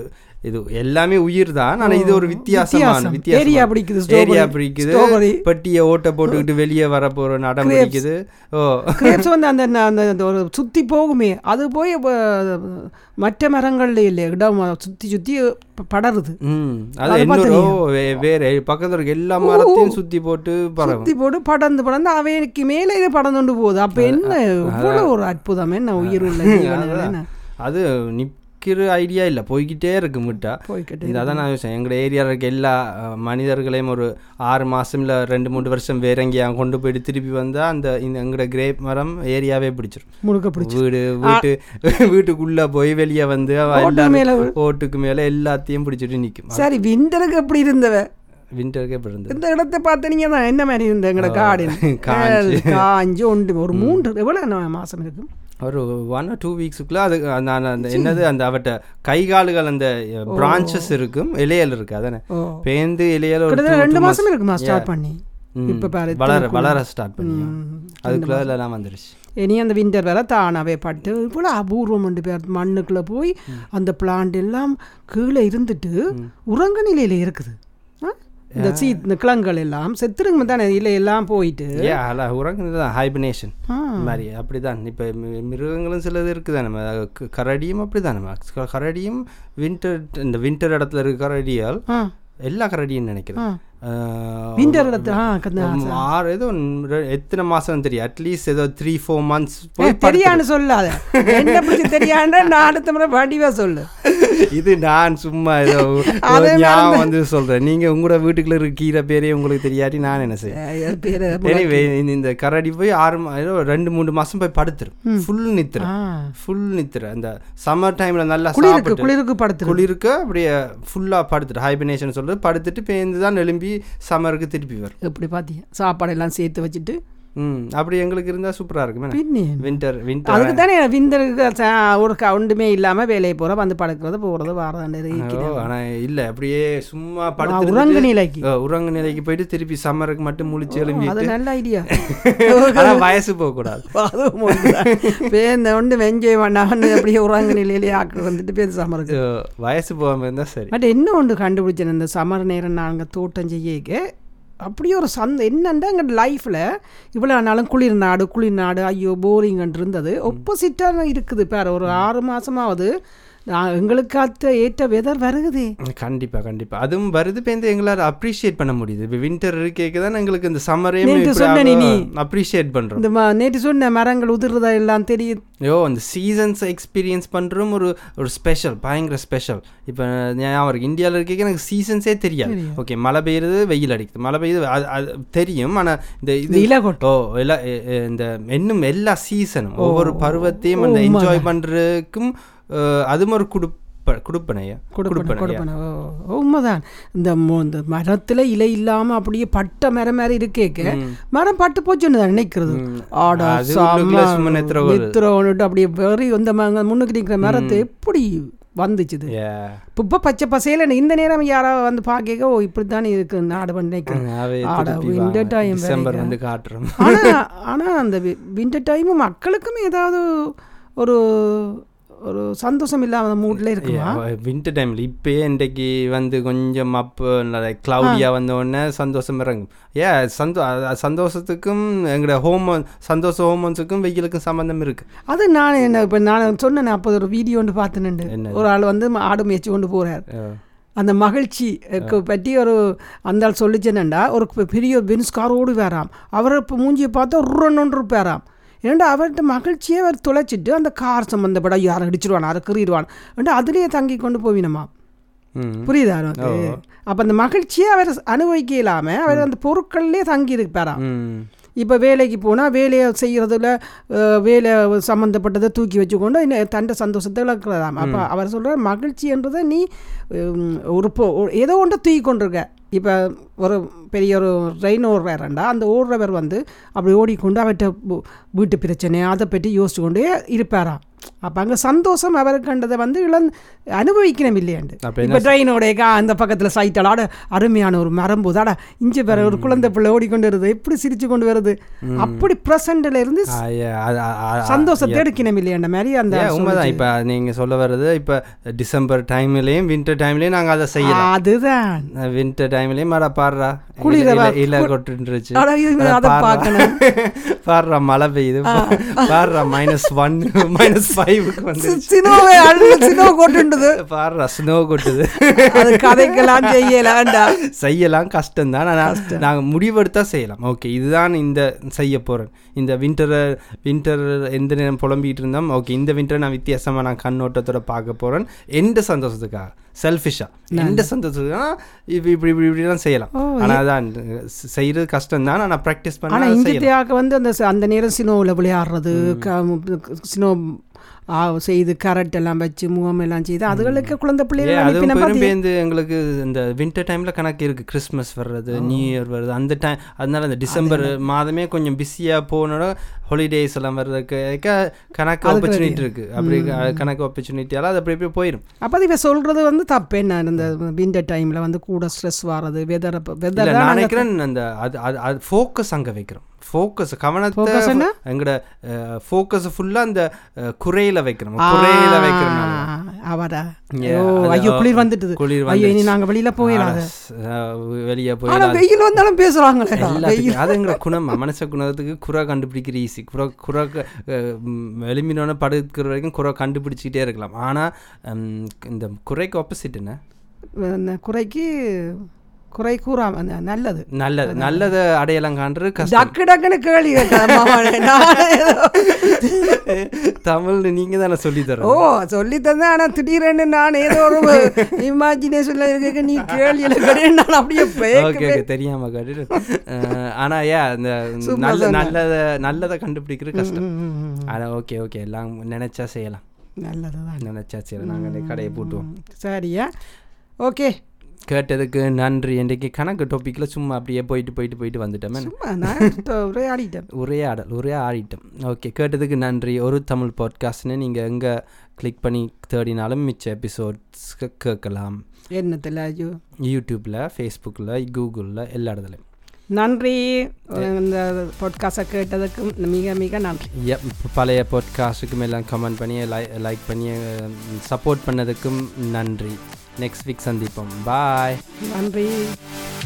இது எல்லாமே உயிர் தான் ஆனால் இது ஒரு வித்தியாசமான
வித்தியாசம்.
வித்தியாசம்
ஏரியா பிடிக்குது, strawberry,
ஏரியா பிடிக்குது
strawberry.
பட்டியை ஓட்ட போட்டுக்கிட்டு வெளியே வர போற நடம் பிடிக்குது ஓ
கிரேப்ஸ் வந்து அந்த அந்த- அந்த அந்த ஒரு சுத்தி போகுமே அது போய் அஹ், மற்ற மரங்கள்ல இல்லை இடம் சுத்தி சுத்தி ப- படருது
ம் அது
அதை
இன்னொரு
பார்த்தீங்க?
ஓ, வே- வேற பக்கத்துல இருக்க எல்லா மரத்தையும் சுத்தி போட்டு பரவும்
சுத்தி போட்டு படர்ந்து படர்ந்து அவைக்கு மேலே இது படர்ந்துண்டு போகுது அப்ப என்ன இவ்வளவு ஒரு அற்புதம் என்ன உயிர் உள்ள ஜீவன்கள் என்ன
அது நிக்கிற ஐடியா இல்லை போய்கிட்டே இருக்கு முட்டா
போய்கிட்டு
இந்த அதான் நான் யோசிச்சேன் எங்கள் ஏரியாவில் இருக்க எல்லா அஹ், மனிதர்களையும் ஒரு ஆறு மாதம் இல்லை ரெண்டு மூணு வருஷம் வேற எங்கேயா கொண்டு போயிட்டு திருப்பி வந்தால் அந்த இந்த எங்களோட கிரேப் மரம் ஏரியாவே பிடிச்சிரும்
முழுக்க பிடிச்சி
வீடு வீட்டு வீட்டுக்குள்ளே போய் வெளியே வந்து அவ
ஓட்டு
எல்லாரும்
மேல
ஓட்டுக்கு மேலே எல்லாத்தையும் பிடிச்சிட்டு நிற்கும்
சரி விண்டருக்கு எப்படி இருந்தவ
விண்டருக்கே இப்படி இருந்தது
இந்த இடத்தை பார்த்து நீங்க தான் என்ன மாதிரி இருந்த எங்களோட கார்டன்
காஞ்சு.
காஞ்சு ஒன்று ஒரு மூன்று எவ்வளவு நா- மாசம் இருக்கும்
ஒரு ஒன் ஆர் டூ வீக்ஸுக்குள்ளே அது நான் அந்த என்னது அந்த அவட்ட கை கால்கள் அந்த பிரான்ச்சஸ் இருக்கும் இலையல் இருக்கு அதானே
ஓ
பேந்து இலையல் ஒரு
கிட்டத்தட்ட
two-
ரெண்டு
two months-
மாசம் இருக்குமா ஸ்டார்ட் பண்ணி
ம்,
இப்ப பாரு
வளர வளர ஸ்டார்ட் பண்ணி
ம்.
அதுக்குள்ள எல்லாம் வந்துருச்சு
இனி அந்த விண்டர் வேற தானாவே பட்டு இப்போ அபூர்வம் ரெண்டு பேர் மண்ணுக்குள்ள போய் அந்த பிளான்ட் எல்லாம் கீழே இருந்துட்டு உறங்க நிலையில இருக்குது ஆ? இந்த சீ இந்த கிழங்குகள் எல்லாம் செத்துருங்க தானே இல்லை எல்லாம் போயிட்டு
ஏ அல உறங்குறது தான் ஹைபனேஷன்
ஆ.
மாதிரி அப்படிதான் இப்போ மிருகங்களும் சிலது இருக்குது நம்ம க- கரடியும் அப்படிதான் நம்ம க- கரடியும் வின்டர் இந்த வின்டர் இடத்துல இருக்க கரடியால்
ஆ
எல்லா கரடியும் நினைக்கிறேன் ஆஹ்,
விண்டர் இடத்து ஆ கந்தா.
ஒரு ஆறு ஏதோ ஒன்னு- ரெ- எத்தனை மாசம் தெரியும் அட்லீஸ்ட் ஏதோ த்ரீ ஃபோர் மந்த்ஸ்
ஏ,
போய்
தெரியான்னு சொல்லாத என்ன பிடிச்சி தெரியாண்டா நான் அடுத்த முறை வண்டிவா சொல்லு
இது நான் சும்மா ஏதோ
அது
நான் வந்து சொல்றேன் நீங்க உங்களோட வீட்டுக்குள்ள இருக்கிற கீரை பேரே உங்களுக்கு தெரியாட்டி நான் என்ன செய்ய
ஏ, என் பேரு
எனவே இந்த கரடி போய் ஆறு மா- ஏதோ ரெண்டு மூணு மாசம் போய் படுத்துரும் ஃபுல் நித்திர
ஆ.
ஃபுல் நித்திர அந்த சம்மர் டைம்ல நல்லா
குளிருக்கு
சாப்பிட்டு
குளிருக்கு படுத்துரு
குளிருக்கு அப்படியே ஃபுல்லா படுத்துட்டு ஹைபனேஷன் சொல்றது படுத்துட்டு பேந்து தான் எழும்பி சம்மருக்கு திருப்பி வரும்
எப்படி பாத்தீங்க சாப்பாடு எல்லாம் சேர்த்து வச்சுட்டு
ம் அப்படி எங்களுக்கு இருந்தா சூப்பரா இருக்குமே
பின்னே
வின்டர் வின்டர்
அதுக்கு தானே விந்தருக்கு ச- ஒரு க- ஒன்றுமே இல்லாம வேலையை போற வந்து படுக்கிறது போறது வாரதாண்டு
ஆனா இல்ல அப்படியே சும்மா
நான்
படுத்து
உறங்கு நிலைக்கு
உறங்க நிலைக்கு போயிட்டு திருப்பி சம்மருக்கு மட்டும் முழிச்சு எழும்பி
அது நல்ல ஐடியா
ஆனா வயசு போக கூடாது
அதுவும் ஒண்ணுதான். பேந்த ஒன்று வெஞ்சய பண்ணான்னு அப்படியே உறங்கு நிலையிலேயே ஆக்கள் வந்துட்டு பேர் சமருக்கு
அஹ் வயசு போகாம இருந்தா சரி
பட் என்ன ஒன்று கண்டுபிடிச்சேன் இந்த சமர் நேரம் நாங்கள் தோட்டம் செய்யக்கு அப்படியே ஒரு சந்த என்னண்டா எங்கள் லைஃப்பில் இவ்வளோ நாளும் குளிர் நாடு குளிர் நாடு ஐயோ போரிங்கன்ட்டு இருந்தது ஒப்போசிட்டாக இருக்குது பாரு ஒரு ஆறு மாதமாவது நான் எங்களுக்கு அத்த ஏற்ற வெதர் வருகுதே
கண்டிப்பா கண்டிப்பா அதுவும் வருது பேருந்து எங்களால அப்ரிஷியேட் பண்ண முடியுது இப்போ வின்டர் இருக்கேக்கு தான் எங்களுக்கு இந்த சம்மரையும்
நேத்து சொன்னனே நீ.
அப்ரிஷியேட் பண்றோம்
இந்த ம- நேற்று சொன்ன மரங்கள் உதிர்றதா எல்லாம் தெரியுது
ஐயோ அந்த சீசன்ஸ் எக்ஸ்பீரியன்ஸ் பண்ணுறோம் ஒரு ஒரு ஸ்பெஷல் பயங்கர ஸ்பெஷல் இப்போ ஞாபகம் இருக்கு இந்தியாவில் இருக்கேக்கு எனக்கு சீசன்ஸே தெரியாது ஓகே மழை பெய்யுறது வெயில் அடிக்குது மழை பெய்யுது அது அது தெரியும் ஆனால் இந்த
இந்த
இது
இலகோட்டம்
ஓ எல்லா எ- எ- இந்த இன்னும் எல்லா சீசனும் ஒவ்வொரு பருவத்தையும் அந்த
உண்மைதான்.
என்ஜாய் பண்ணுறதுக்கும் அதுவும் ஒரு குடுப்ப குடுப்பனையா
கொடுப்பன
குடுப்பனையா
கொடுப்பன ஓ, ஓ, உண்மைதான் இந்த மு- இந்த மரத்துல இலை இல்லாம அப்படியே பட்டை மரம் மாதிரி இருக்கேக்க மரம் பட்டு போச்சுன்னு தான் நினைக்கிறது ஆடா
அது உள்ளுக்குள்ள சும்மா
சாம
நெத்துற ஒரு-
நித்திரோன்னுட்டு அப்படியே வெறி இந்த ம- முன்னுக்கு நிற்கிற மரத்தை எப்படி வந்துச்சுது
Yeah.
இப்போ இப்போ பச்சை பசையில் இந்த நேரம் யாராவது வந்து பார்க்க ஓ இப்படி தானே இருக்கு நாடு வந்து நினைக்கிறேன்
நாவே
ஆடா,
திருப்பி
winter
வாங்க.
time
டிசம்பர்
வேறயா?
வந்து காட்டுறோம்
ஆனா ஆனா அந்த வின்டர் டைமு மக்களுக்கும் ஏதாவது ஒரு ஒரு சந்தோஷம் இல்லாத மூட்ல இருக்குமா
வின்டர் டைம்ல இப்பயே இன்றைக்கு வந்து கொஞ்சம் அப்போ கிளவுடியா வந்த உடனே சந்தோஷம் இறங்கும் ஏ சந்தோ அ- அ- சந்தோஷத்துக்கும் எங்களோட ஹோமோன் சந்தோஷ ஹோமோன்ஸுக்கும் வெயிலுக்கும் சம்பந்தம் இருக்கு
அது நான் என்ன இப்போ நான் சொன்னேன் அப்போ ஒரு வீடியோ ஒன்று பார்த்துனுண்டு ஒரு ஆள் வந்து ம- ஆடு மேய்ச்சி கொண்டு போறார்
அஹ்,
அந்த மகிழ்ச்சி க்கு பற்றி ஒரு அந்த ஆள் சொல்லிச்சேனண்டா ஒரு பெ- பெரிய பென்ஸ் காரோடு வேறாம் அவரை இப்போ மூஞ்சியை பார்த்தா உருன்னு இருப்பாராம் ஏன்டா அவர்கிட்ட மகிழ்ச்சியை அவர் தொலைச்சிட்டு அந்த கார் சம்மந்தப்பட யாரும் அடிச்சிருவான் யாரை கீறிடுவான் ஏன்டா அதுலேயே தங்கி கொண்டு போவினமா
ம்.
புரியுதா உனக்கு அப்போ அந்த மகிழ்ச்சியை அவர் அனுபவிக்க இல்லாம அவர் அந்த பொருட்கள்லேயே தங்கி இருப்பாராம்
ம்.
இப்போ வேலைக்கு போனால் வேலையை செய்கிறதுல அஹ், வேலை சம்மந்தப்பட்டதை தூக்கி வச்சுக்கொண்டு இன்னும் தண்டை சந்தோஷத்தை விளக்குறதாம் அப்போ அவர் சொல்கிற மகிழ்ச்சின்றதை நீ உம், ஒரு போ ஒரு- ஏதோ ஒன்றை தூக்கி கொண்டிருக்க இப்போ ஒரு பெரிய ஒரு ரெயின் ஓடுறாருண்டா அந்த ஓடுறவர் வந்து அப்படி ஓடிக்கொண்டு அவர்கிட்ட வீ- வீட்டு பிரச்சனை அதை பற்றி யோசிச்சு கொண்டே இருப்பாராம் அப்போ அங்கே சந்தோஷம் அவருக்குன்றதை வந்து இழந் அனுபவிக்கணும் இல்லையாண்டு
அப்ப
இப்போ ட்ரெயினோடைய கா அந்த பக்கத்தில் சைத்தல் ஆட அருமையான ஒரு மரம்பு தாடா இஞ்சி பெற ஒரு குழந்தை பிள்ளை ஓடிக்கொண்டு வருது எப்படி சிரிச்சு கொண்டு வருது அப்படி ப்ரெசண்டில் இருந்து
ஆ, yeah, அது- அ- அ-
சந்தோஷத்தை எடுக்கணும் இல்லையாண்ட மாதிரி அந்த
Yeah, உண்மைதான் இப்போ நீங்கள் சொல்ல வர்றது இப்போ டிசம்பர் டைம்லேயும் வின்டர் டைம்லேயும் நாங்கள் அதை செய்யலாம்
அதுதான்
வின்டர் டைம்லேயும் மழை பாடுறா
குளிர
இல்ல-
வா-
இல்ல கொட்டுருச்சு
ஆனா இது அதை பார்க்கணும்
பாடுறா மழை பெய்யுது பாடுறா மைனஸ் ஒன் மைனஸ் ஃபைவுக்கு வந்து
சி- சினோவை அழுது சினோ கொட்டுண்டது
பாடுறா ஸ்னோ கொட்டுது
அது கதைக்கெல்லாம் செய்யலாண்டா
செய்யலாம் கஷ்டம்தான் ஆனால் நாங்கள் முடிவெடுத்தா செய்யலாம் ஓகே இதுதான் இந்த செய்ய போகிறேன் இந்த வின்டரை வின்டர் எந்த நேரம் புலம்பிக்கிட்டு இருந்தோம் ஓகே இந்த வின்டரை நான் வித்தியாசமாக நான் கண்ணோட்டத்தோட பார்க்க போகிறேன் எந்த சந்தோஷத்துக்காக செல்ஃபிஷாக எந்த சந்தோஷத்துக்காக இப்படி இப்படி இப்படி இப்படிலாம் செய்யலாம் ஆனால் அதான் செய்கிறது கஷ்டம்தான் ஆனால் ப்ராக்டிஸ்
ஆனா
பண்ண செய்யலாம்
இந்தியாவுக்கு வந்து அந்த ச- அந்த நேரம் சினோவில் விளையாடுறது க- சினோ ஆ, செய்து கரட் எல்லாம் வச்சு முகம் எல்லாம் செய்து அதுகளுக்கு குழந்தை
ஏ,
பிள்ளைகள்
அதுவும்
அனுப்பின மாதிரி
பெரும்பேந்து எங்களுக்கு இந்த வின்டர் டைம்ல கணக்கு இருக்கு கிறிஸ்மஸ் வர்றது நியூ இயர் வருது அந்த டைம் அதனால அந்த டிசம்பர் மாதமே கொஞ்சம் பிஸியா போனோட ஹாலிடேஸ் எல்லாம் வர்றதுக்கு கணக்கு ஆப்பர்ச்சுனிட்டி இருக்கு அப்படி க- கணக்கு ஆப்பர்ச்சுனிட்டியால அது அப்படி அப்படியே போயிடும்
அப்போ இவ சொல்றது வந்து தப்பு என்ன இந்த விண்டர் டைம்ல வந்து கூட ஸ்ட்ரெஸ் வர்றது வெதர் வெதர்
இல்ல நான் நினைக்கிறேன் அந்த அது அது அது ஃபோக்கஸ் அங்க வைக்கிறோம் ஃபோக்கஸ் கவனத்தை
Focus என்ன?
எங்களோட ஃபோக்கஸ் ஃபுல்லா அந்த அஹ், குறையில வைக்கிறோம் குறையில வைக்கிறோம்
அவரா
Yeah,
ஐயோ
அது
ஐயோ
அவ-
குளிர் வந்துட்டுது
குளிர்
ஐயோ இனி
வந்துருச்சு.
நாங்க வெளியில போயிடலாம்
வெளியே
ஆனா
போய்
வெயில் வந்தாலும் பேசுறாங்களே வெயில்
எல்லாத்துக்கும் அது எங்களோட குணம் மனச குணத்துக்கு குறை கண்டுபிடிக்கிற ஈஸி குறை குறை க- அஹ் ம், எலும்பினோட படுக்கிற வரைக்கும் குறை கண்டுபிடிச்சிக்கிட்டே இருக்கலாம் ஆனால் இந்த குறைக்கு ஆப்போசிட் என்ன
அந்த குறைக்கு குறை கூறாம ந- நல்லது
நல்லது நல்லதை அடையாளம் காண்றது கஷ்டம்
டக்கு டக்குன்னு கேள்வி கேட்டாரு மாமாவே. நான் ஏதோ-
தமிழ் நீங்க தானே சொல்லி
ஓ
தரோம்
சொல்லி தந்தேன் ஆனா திடீரென்னு நான் ஏதோ ஒரு இமேஜினேஷன்ல இருக்க நீ கேள்வி எழுக்கிறேன் நான் அப்படியே
ஓகே
பேக்கவே
ஓகே தெரியாம காட்டிட்டு அஹ், ஆனா ஏ அந்த நல்ல நல்லத நல்லதை கண்டுபிடிக்கிறது கஷ்டம் ஆனா ஓகே ஓகே எல்லாம் நினைச்சா செய்யலாம்
நல்லதுதான்
நினைச்சா செய்யலாம் நாங்கள் கடையை பூட்டுவோம்
சரியா ஓகே
கேட்டதுக்கு நன்றி இன்றைக்கு கணக்கு டாப்பிக்கில் சும்மா அப்படியே போயிட்டு போயிட்டு போயிட்டு வந்துட்டோமே
சும்மா நான் ஒரே ஆடிட்டேன்
உரையாடல் உரையா ஆடிட்டோம் ஓகே கேட்டதுக்கு நன்றி ஒரு தமிழ் பாட்காஸ்ட்னு நீங்கள் எங்கே கிளிக் பண்ணி தேடினாலும் மிச்ச எபிசோட்ஸ் கேட்கலாம்
என்னத்தில் ஐயோ
யூடியூப்பில் ஃபேஸ்புக்கில் கூகுளில் எல்லா இடத்துலையும்
நன்றி இந்த பாட்காஸ்டை கேட்டதுக்கும் மிக மிக நன்றி
எப் பழைய பாட்காஸ்ட்டுக்கும் எல்லாம் கமெண்ட் பண்ணி லைக் பண்ணி சப்போர்ட் பண்ணதுக்கும் நன்றி நெக்ஸ்ட் வீக் சந்திப்போம் பாய்
நன்றி